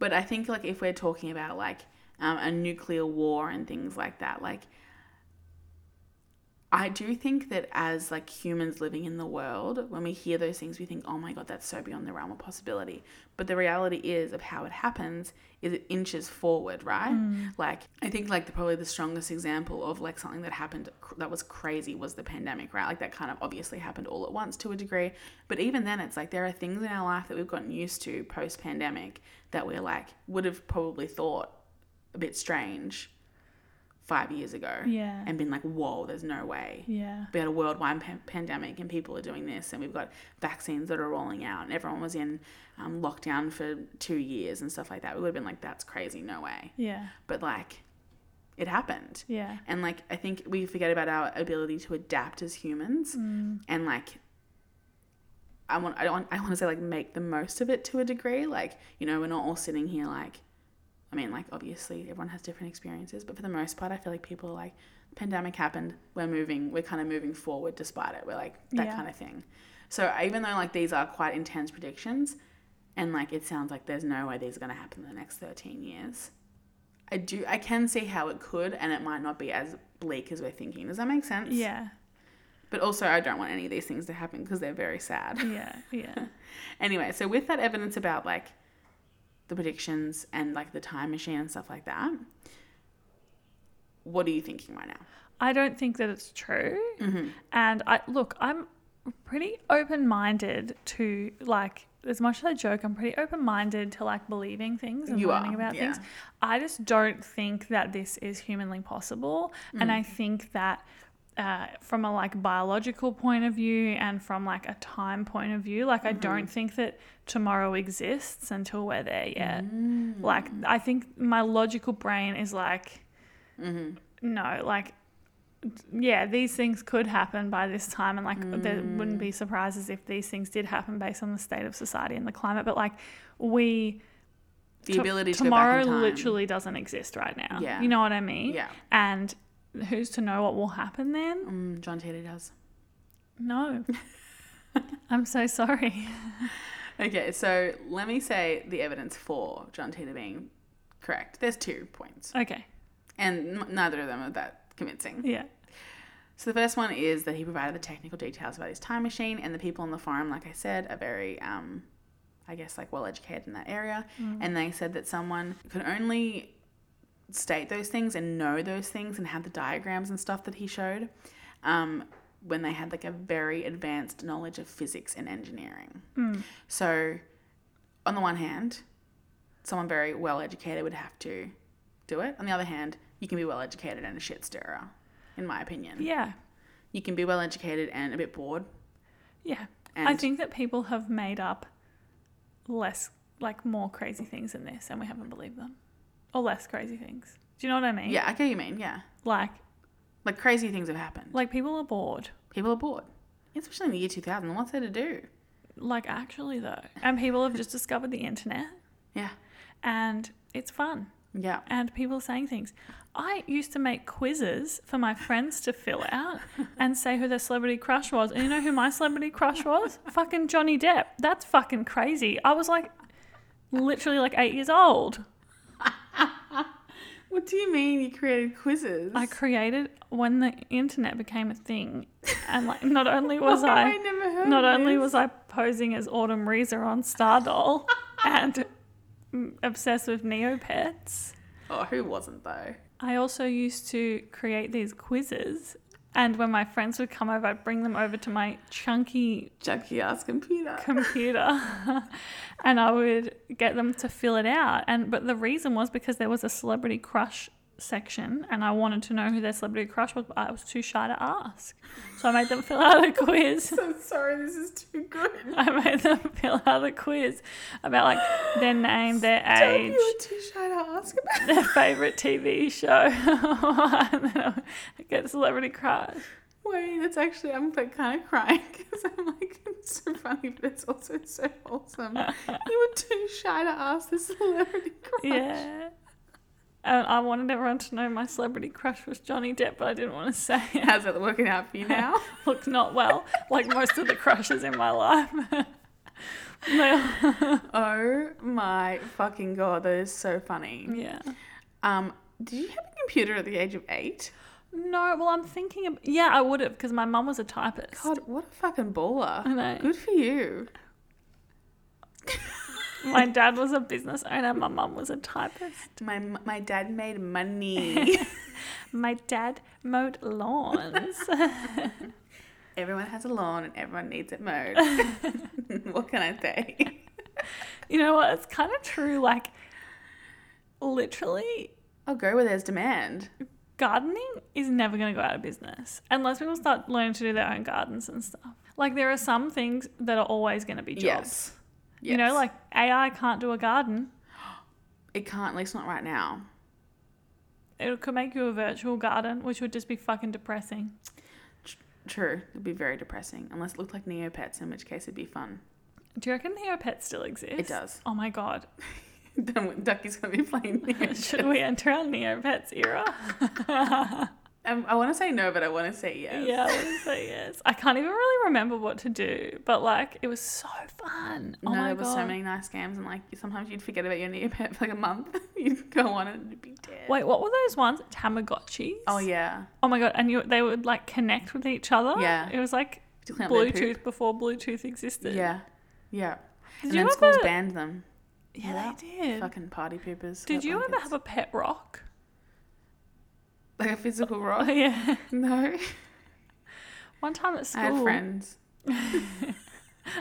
A: But I think like if we're talking about like um, a nuclear war and things like that, like I do think that as like humans living in the world, when we hear those things, we think, "Oh my god, that's so beyond the realm of possibility." But the reality is of how it happens is it inches forward, right? Like I think like the, probably the strongest example of like something that happened cr- that was crazy was the pandemic, right? Like that kind of obviously happened all at once to a degree, but even then, it's like there are things in our life that we've gotten used to post pandemic that we're like would have probably thought a bit strange five years ago
B: Yeah.
A: and been like, whoa, there's no way.
B: Yeah.
A: We had a worldwide pan- pandemic and people are doing this, and we've got vaccines that are rolling out, and everyone was in um, lockdown for two years and stuff like that. We would have been like, that's crazy, no way.
B: Yeah.
A: But like, it happened.
B: Yeah.
A: And like, I think we forget about our ability to adapt as humans,
B: Mm.
A: and like, I want, I want, I want to say like, make the most of it to a degree. Like, you know, we're not all sitting here like, I mean, like, obviously everyone has different experiences, but for the most part, I feel like people are like, pandemic happened, we're moving, we're kind of moving forward despite it. We're like that
B: Yeah.
A: kind of thing. So I- even though like these are quite intense predictions, and like it sounds like there's no way these are going to happen in the next 13 years. I do. I can see how it could, and it might not be as bleak as we're thinking. Does that make sense?
B: Yeah.
A: But also, I don't want any of these things to happen because they're very sad. (laughs)
B: Yeah. Yeah.
A: anyway, so with that evidence about like the predictions and like the time machine and stuff like that, what are you thinking right now?
B: I don't think that it's true.
A: Mm-hmm.
B: And I look, I'm pretty open-minded to like as much as I joke, I'm pretty open-minded to like believing things and
A: You
B: learning
A: are,
B: about
A: yeah.
B: things. I just don't think that this is humanly possible, and
A: Mm.
B: I think that. Uh, from a like biological point of view and from like a time point of view like i
A: Mm-hmm.
B: don't think that tomorrow exists until we're there yet
A: Mm. Mm-hmm.
B: like i think my logical brain is like
A: Mm-hmm.
B: no, like, yeah, these things could happen by this time, and like, there wouldn't
A: Mm.
B: be surprises if these things did happen based on the state of society and the climate. But like, we
A: The
B: to-
A: ability to
B: tomorrow
A: go back in time.
B: literally doesn't exist right now.
A: Yeah.
B: you know what I mean.
A: Yeah.
B: and who's to know what will happen then?
A: Mm, John Taylor does. (laughs)
B: No, I'm so sorry. (laughs)
A: Okay, so let me say the evidence for John Taylor being correct. There's two points,
B: Okay,
A: and n- neither of them are that convincing.
B: yeah,
A: So the first one is that he provided the technical details about his time machine, and the people on the forum, like I said, are very, um, I guess, like well educated in that area, and they said that someone could only state those things and know those things and have the diagrams and stuff that he showed um, when they had like a very advanced knowledge of physics and engineering. So, on the one hand, someone very well educated would have to do it. On the other hand, you can be well educated and a shit stirrer, in my opinion
B: yeah,
A: you can be well educated and a bit bored.
B: yeah. I
A: And-
B: think that people have made up less, like, more crazy things than this, and we haven't believed them, or less crazy things. Do you know what I mean?
A: Yeah, I get what you mean. Yeah,
B: like
A: like crazy things have happened.
B: like people are bored
A: People are bored, especially in the year two thousand. What's there to do?
B: like actually though and people have just discovered the internet
A: Yeah,
B: and it's fun
A: yeah.
B: and people are saying things i used to make quizzes for my friends to fill out and say who their celebrity crush was and you know who my celebrity crush was fucking johnny depp that's fucking crazy i was like literally like eight years old
A: What do you mean you created quizzes?
B: i created when the internet became a thing and like not only (laughs)
A: (laughs)
B: was
A: Why
B: i
A: have never heard
B: Not
A: of
B: only
A: this?
B: was I posing as Autumn Reeser on Stardoll and mm, obsessed with Neopets,
A: oh, who wasn't though?
B: I also used to create these quizzes. And when my friends would come over, I'd bring them over to my chunky
A: Junkie ass computer.
B: computer (laughs) and I would get them to fill it out. And but the reason was because there was a celebrity crush section and I wanted to know who their celebrity crush was, but I was too shy to ask. So I made them fill out a
A: (laughs)
B: quiz. (laughs)
A: so sorry, this is too good.
B: I made them fill out a quiz about like their name, their
A: You
B: age,
A: were too shy to ask about.
B: their favorite TV show, (laughs) and then I would get celebrity (laughs) crush.
A: Wait, that's actually I'm like kind of crying (laughs) because I'm like it's so funny, but it's also so wholesome. you were too shy to ask the celebrity (laughs) crush.
B: Yeah. And I wanted everyone to know my celebrity crush was Johnny Depp, but I didn't want to say (laughs) it.
A: How's it working out for you now?
B: (laughs) Looked not well, like most of the crushes in my life. (laughs) No.
A: Oh my fucking god, that is so funny.
B: yeah.
A: Um, did you have a computer at the age of eight?
B: No, well, I'm thinking. Ab- yeah, I would have because my mum was a typist.
A: God, what a fucking baller.
B: I know.
A: Good for you.
B: (laughs) My dad was a business owner. My mum was a typist.
A: My my dad made
B: (laughs)
A: money.
B: My dad mowed lawns.
A: everyone has a lawn and everyone needs it
B: (laughs)
A: mowed. (laughs) what can I say?
B: you know what? It's kind of true. Like, literally,
A: I'll go where there's demand.
B: gardening is never going to go out of business unless people start learning to do their own gardens and stuff. Like, there are some things that are always going to be jobs.
A: Yes.
B: You know,
A: Yes.
B: like AI can't do a garden.
A: it can't. At least not right now.
B: It could make you a virtual garden, which would just be fucking depressing.
A: True, it'd be very depressing unless it looked like Neopets, in which case it'd be fun.
B: Do you reckon Neopets still exists?
A: does. (laughs)
B: Oh my god. (laughs)
A: then Ducky's gonna be playing. Neopets.
B: Should we enter our Neopets era? (laughs)
A: Um, I want to say no, but I want to say yes.
B: Yeah, I would say yes. I can't even really remember what to do, but like it was so fun. Oh
A: no,
B: my
A: there were
B: god.
A: so many nice games, and like sometimes you'd forget about your Neopet for like a month. (laughs) you'd go on and it'd be dead.
B: Wait, what were those ones? Tamagotchis.
A: Oh yeah,
B: Oh my god! And you, they would like connect with each other.
A: Yeah.
B: It was like
A: To clean up their poop.
B: Bluetooth before Bluetooth existed.
A: Yeah, yeah. and
B: Did you
A: then
B: ever-
A: schools banned them.
B: Yeah,
A: Yeah.
B: they did.
A: Fucking party poopers.
B: Did
A: wet
B: you ever
A: blankets.
B: have a pet rock?
A: like a physical (laughs)
B: Oh (laughs)
A: rock? (laughs)
B: yeah.
A: No,
B: One time at
A: I
B: school,
A: had friends.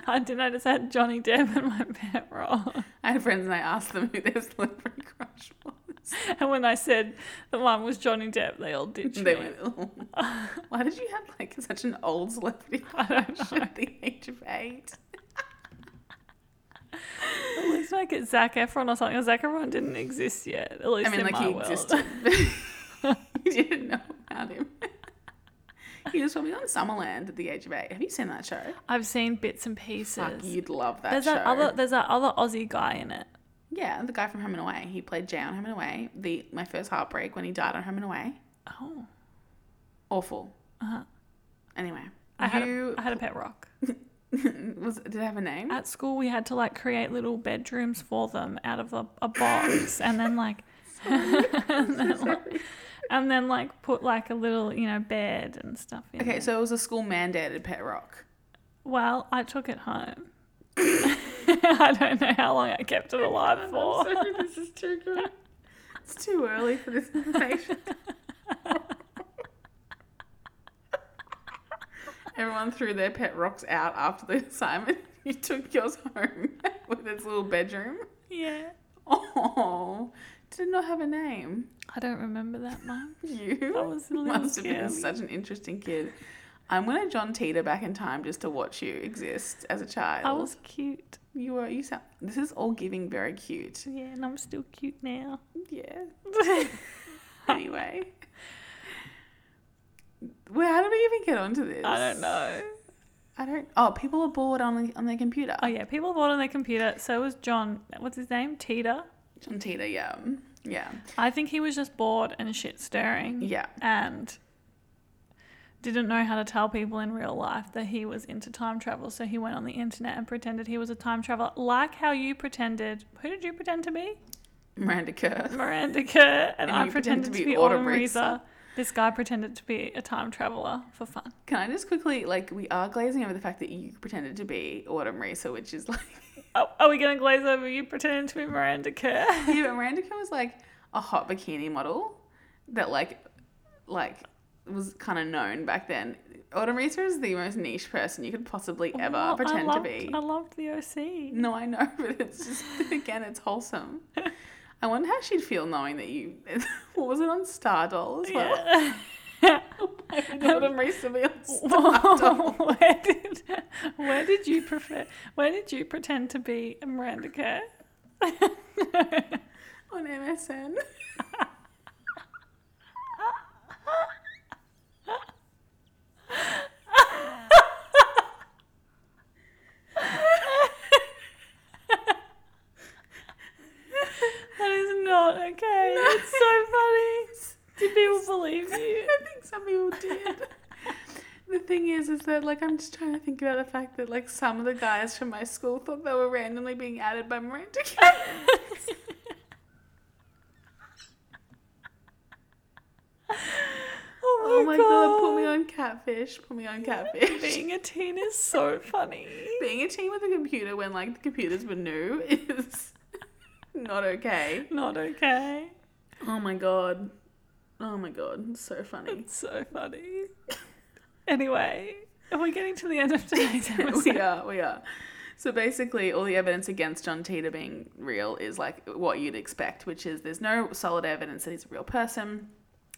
B: I did notice I had Johnny Depp and my (laughs) pet rock.
A: I had friends, and I asked them who their (laughs) celebrity crush was.
B: And when I said that mine was Johnny Depp, they all ditched
A: They
B: me.
A: went, "Oh." why did you have like such an old celebrity
B: (laughs) I don't
A: crush at the age of eight?
B: At least make it Zac Efron or something. Zac Efron didn't exist yet. At least
A: I mean,
B: in
A: like
B: my
A: he
B: world.
A: existed, but you didn't (laughs) know about him. (laughs) He was probably on Summerland at the age of eight. Have you seen that show?
B: I've seen bits and pieces.
A: Fuck, you'd love that
B: there's
A: show.
B: that other. There's that other Aussie guy in it.
A: Yeah, the guy from Home and Away. He played Jay on Home and Away. The my first heartbreak when he died on Home and Away.
B: Oh,
A: Awful.
B: Uh-huh.
A: Anyway,
B: I had,
A: you
B: a, I had a pet rock.
A: (laughs) was did it have a name?
B: At school, we had to like create little bedrooms for them out of a, a box, and then like, (laughs) and, then, like- and then like put like a little you know bed and stuff in.
A: okay,
B: there.
A: so it was a school mandated pet rock.
B: well, I took it home. (laughs) I don't know how long I kept it alive for.
A: (laughs) this is too good. (laughs) It's too early for this
B: (laughs)
A: information. Everyone threw their pet rocks out after the assignment. (laughs) You took yours home (laughs) with its little bedroom.
B: Yeah,
A: Oh, did not have a name.
B: I don't remember that much.
A: You
B: I (laughs) was a little
A: must have been
B: girly.
A: such an interesting kid. I'm gonna John Teeter back in time just to watch you exist as a child.
B: I was cute.
A: You were. You sound. This is all giving very cute.
B: Yeah, and I'm still cute now.
A: Yeah. (laughs) anyway. Well, how did we even get onto this?
B: I don't know.
A: I don't. Oh, people are bored on on their computer.
B: Oh yeah, people bought on their computer. So was John. What's his name? Teeter.
A: John Teeter, yeah, yeah,
B: I think he was just bored and shit stirring.
A: yeah.
B: And didn't know how to tell people in real life that he was into time travel, so he went on the internet and pretended he was a time traveler, like how you pretended. Who did you pretend to (laughs) be?
A: Miranda Kerr.
B: Miranda Kerr,
A: And
B: and, I
A: you
B: pretended to be, Autumn Reesa. This guy pretended to be a time traveler for fun.
A: Can I just quickly like we are glazing over the fact that you pretended to be Autumn Reesa, which is like
B: Oh, are we gonna glaze over you pretending to be Miranda Kerr?
A: yeah, but Miranda Kerr was like a hot bikini model that like like was kind of known back then. Autumn Reesa is the most niche person you could possibly (laughs) ever
B: Well, Oh, I
A: pretend
B: loved,
A: to be.
B: I loved the OC.
A: No, I know, (laughs) but it's just again, it's wholesome. I wonder how she'd feel knowing that you. (laughs) What was it on Star Doll as well?
B: Yeah.
A: (laughs)
B: (laughs)
A: Autumn Reese to be on Star (laughs) Doll.
B: where did where did you prefer where did you pretend to be
A: (laughs)
B: Miranda Kerr?
A: on MSN.
B: That is not okay. It's so funny.
A: (laughs)
B: Do people believe you?
A: I think some people did. (laughs) The thing is, is that like I'm just trying to think about the fact that like some of the guys from my school thought they were randomly being added by (laughs) Miranda. Kerr.
B: Oh
A: Oh, my god. put me on catfish. Put me on catfish.
B: (laughs) Being a teen is so funny.
A: (laughs) Being a teen with a computer when like the computers were new is (laughs) not okay.
B: Not okay.
A: Oh my god. Oh my god, it's so funny.
B: It's so funny. Anyway, we're getting to the end of today's
A: (laughs) we
B: episode.
A: are, we are. So basically, all the evidence against John Teeter being real is like what you'd expect, which is there's no solid evidence that he's a real person.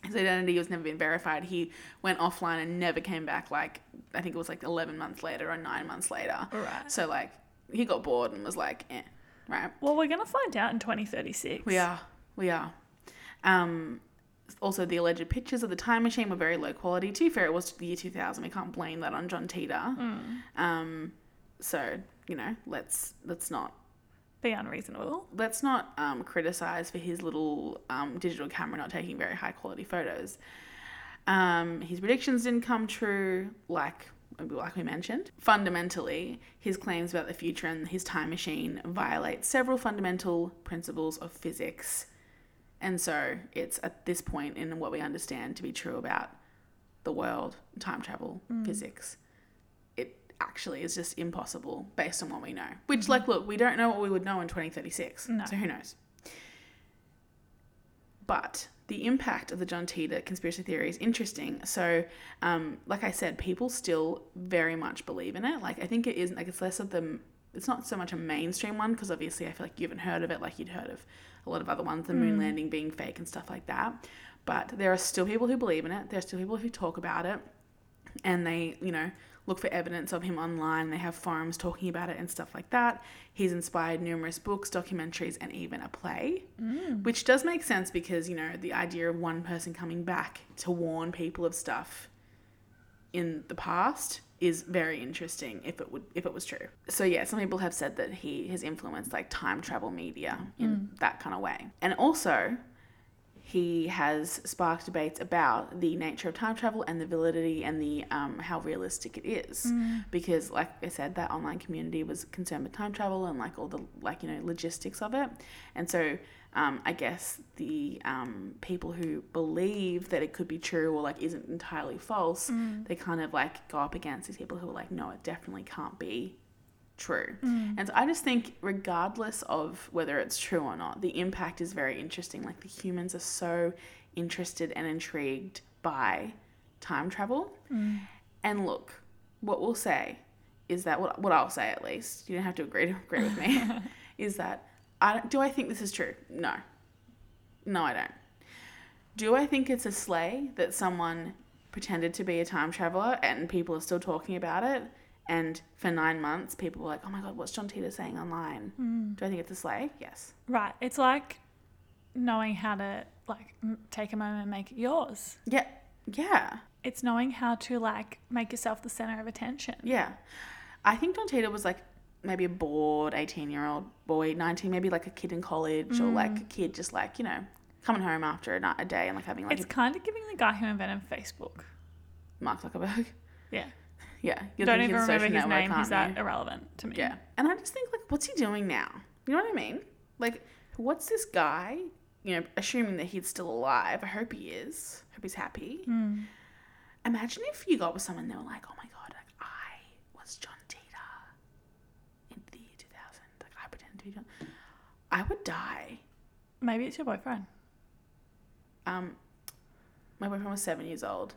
A: His identity was never been verified. He went offline and never came back. Like I think it was like 11 months later or nine months later.
B: Right.
A: So like he got bored and was like, eh, right.
B: Well, we're gonna find out in 2036.
A: We are. We are. Um, also, the alleged pictures of the time machine were very low quality. To be fair, it was the year 2000. We can't blame that on John Teeter.
B: Hmm.
A: Um, so you know, let's let's not
B: Be unreasonable.
A: let's not um, criticize for his little um, digital camera not taking very high quality photos. Um, his predictions didn't come true, like like we mentioned. Fundamentally, his claims about the future and his time machine violate several fundamental principles of physics, and so it's at this point in what we understand to be true about the world, time travel, physics. It actually is just impossible based on what we know. Which, like, look, we don't know what we would know in 2036.
B: No.
A: So who knows? But the impact of the John Teeter conspiracy theory is interesting. So, um, like I said, people still very much believe in it. Like, I think it is, like, it's less of the, it's not so much a mainstream one, because obviously I feel like you haven't heard of it, like you'd heard of a lot of other ones, the moon landing being fake and stuff like that. But there are still people who believe in it. There are still people who talk about it and they, you know, look for evidence of him online. They have forums talking about it and stuff like that. He's inspired numerous books, documentaries, and even a play, which does make sense because, you know, the idea of one person coming back to warn people of stuff in the past is very interesting if it would if it was true. So yeah, some people have said that he has influenced like time travel media in that kind of way. And also he has sparked debates about the nature of time travel and the validity and the um, how realistic it is because like i said that online community was concerned with time travel and like all the like you know logistics of it and so um, i guess the um, people who believe that it could be true or like isn't entirely false they kind of like go up against these people who are like no it definitely can't be true. And so I just think, regardless of whether it's true or not, the impact is very interesting. Like the humans are so interested and intrigued by time travel. And look, what we'll say is that what, what I'll say at least, you don't have to agree to agree with me, is that I don't, do I think this is true? No. No, I don't. Do I think it's a sleigh that someone pretended to be a time traveler and people are still talking about it? And for nine months, people were like, oh my God, what's John Teeter saying online?
B: Mm.
A: Do I think it's a sleigh? Yes.
B: Right. It's like knowing how to like m- take a moment and make it yours.
A: Yeah. Yeah.
B: It's knowing how to like make yourself the center of attention.
A: Yeah. I think John Teeter was like maybe a bored 18 year old boy, 19, maybe like a kid in college or
B: Mm.
A: like a kid just like, you know, coming home after a, night, a day and like having like
B: It's kind of giving the guy who invented Facebook.
A: Mark Zuckerberg. (laughs)
B: Yeah.
A: Yeah. You're
B: Don't
A: thinking
B: even remember
A: social
B: his
A: network,
B: name. He's
A: aren't you?
B: that irrelevant to me.
A: Yeah. And I just think, like, what's he doing now? You know what I mean? Like, what's this guy, you know, assuming that he's still alive? I hope he is. hope he's happy.
B: Hmm.
A: Imagine if you got with someone and they were like, oh my God, like, I was John Teeter in the year 2000. Like, I pretended to be John. I would die.
B: Maybe it's your boyfriend.
A: Um, my boyfriend was seven years old.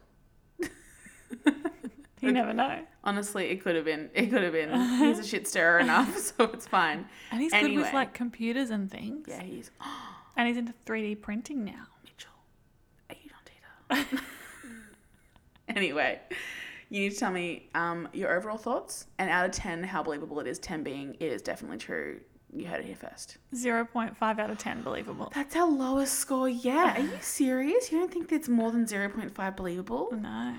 B: You never know.
A: Honestly, it could have been. It could have been. He's a shit stirrer enough, (laughs) so it's fine.
B: And he's good
A: Anyway.
B: with like computers and things.
A: Yeah, (gasps) he's.
B: And he's into 3D printing now.
A: Mitchell, are you on (laughs) Twitter? anyway, you need to tell me um, your overall thoughts and out of 10, how believable it is. 10 being it is definitely true. You heard it here first.
B: 0.5 out of 10 believable.
A: That's our lowest score (sighs) yet. Are you serious? You don't think that's more than 0.5 believable?
B: No.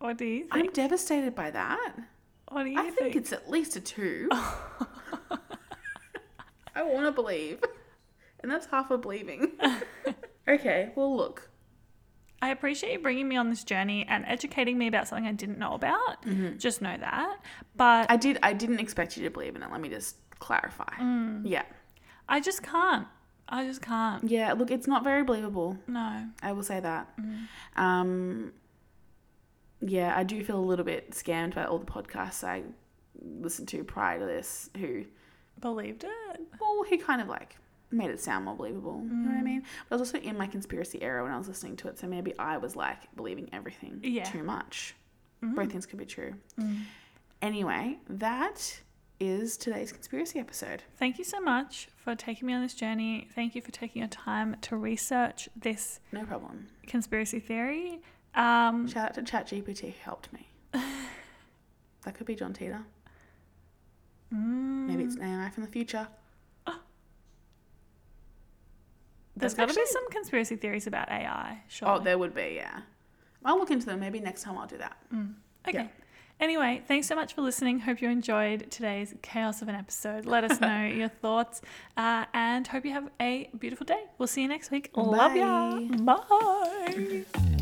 B: What do you think?
A: I'm devastated by that.
B: What do you
A: I think,
B: think?
A: it's at least a (laughs) two. I want to believe. And that's half of believing. (laughs) okay, well, look.
B: I appreciate you bringing me on this journey and educating me about something I didn't know about. Just know that. But
A: Mm-hmm.
B: I,
A: I did. I didn't expect you to believe in it. Let me just clarify. Yeah,
B: just can't. I just can't.
A: Yeah, look, it's not very believable.
B: No.
A: I will say that. Um, yeah, I do feel a little bit scammed by all the podcasts I listened to prior to this who,
B: Believed it.
A: well, who kind of like made it sound more believable. You know what I mean? But I was also in my conspiracy era when I was listening to it, so maybe I was like believing everything
B: Yeah.
A: too much. Both things could be true. Anyway, that is today's conspiracy episode.
B: Thank you so much for taking me on this journey. Thank you for taking your time to research this
A: No problem.
B: conspiracy theory. Um,
A: Shout out to ChatGPT who helped me. that could be John Teeter. Maybe
B: mm,
A: it's an AI from the future. That's
B: there's got to be
A: actually-
B: some conspiracy theories about AI. Sure.
A: Oh, there would be, yeah. I'll look into them. Maybe next time I'll do that.
B: Okay.
A: Yeah.
B: Anyway, thanks so much for listening. Hope you enjoyed today's chaos of an episode. Let us know your thoughts uh, and hope you have a beautiful day. We'll see you next week. Love ya. Bye.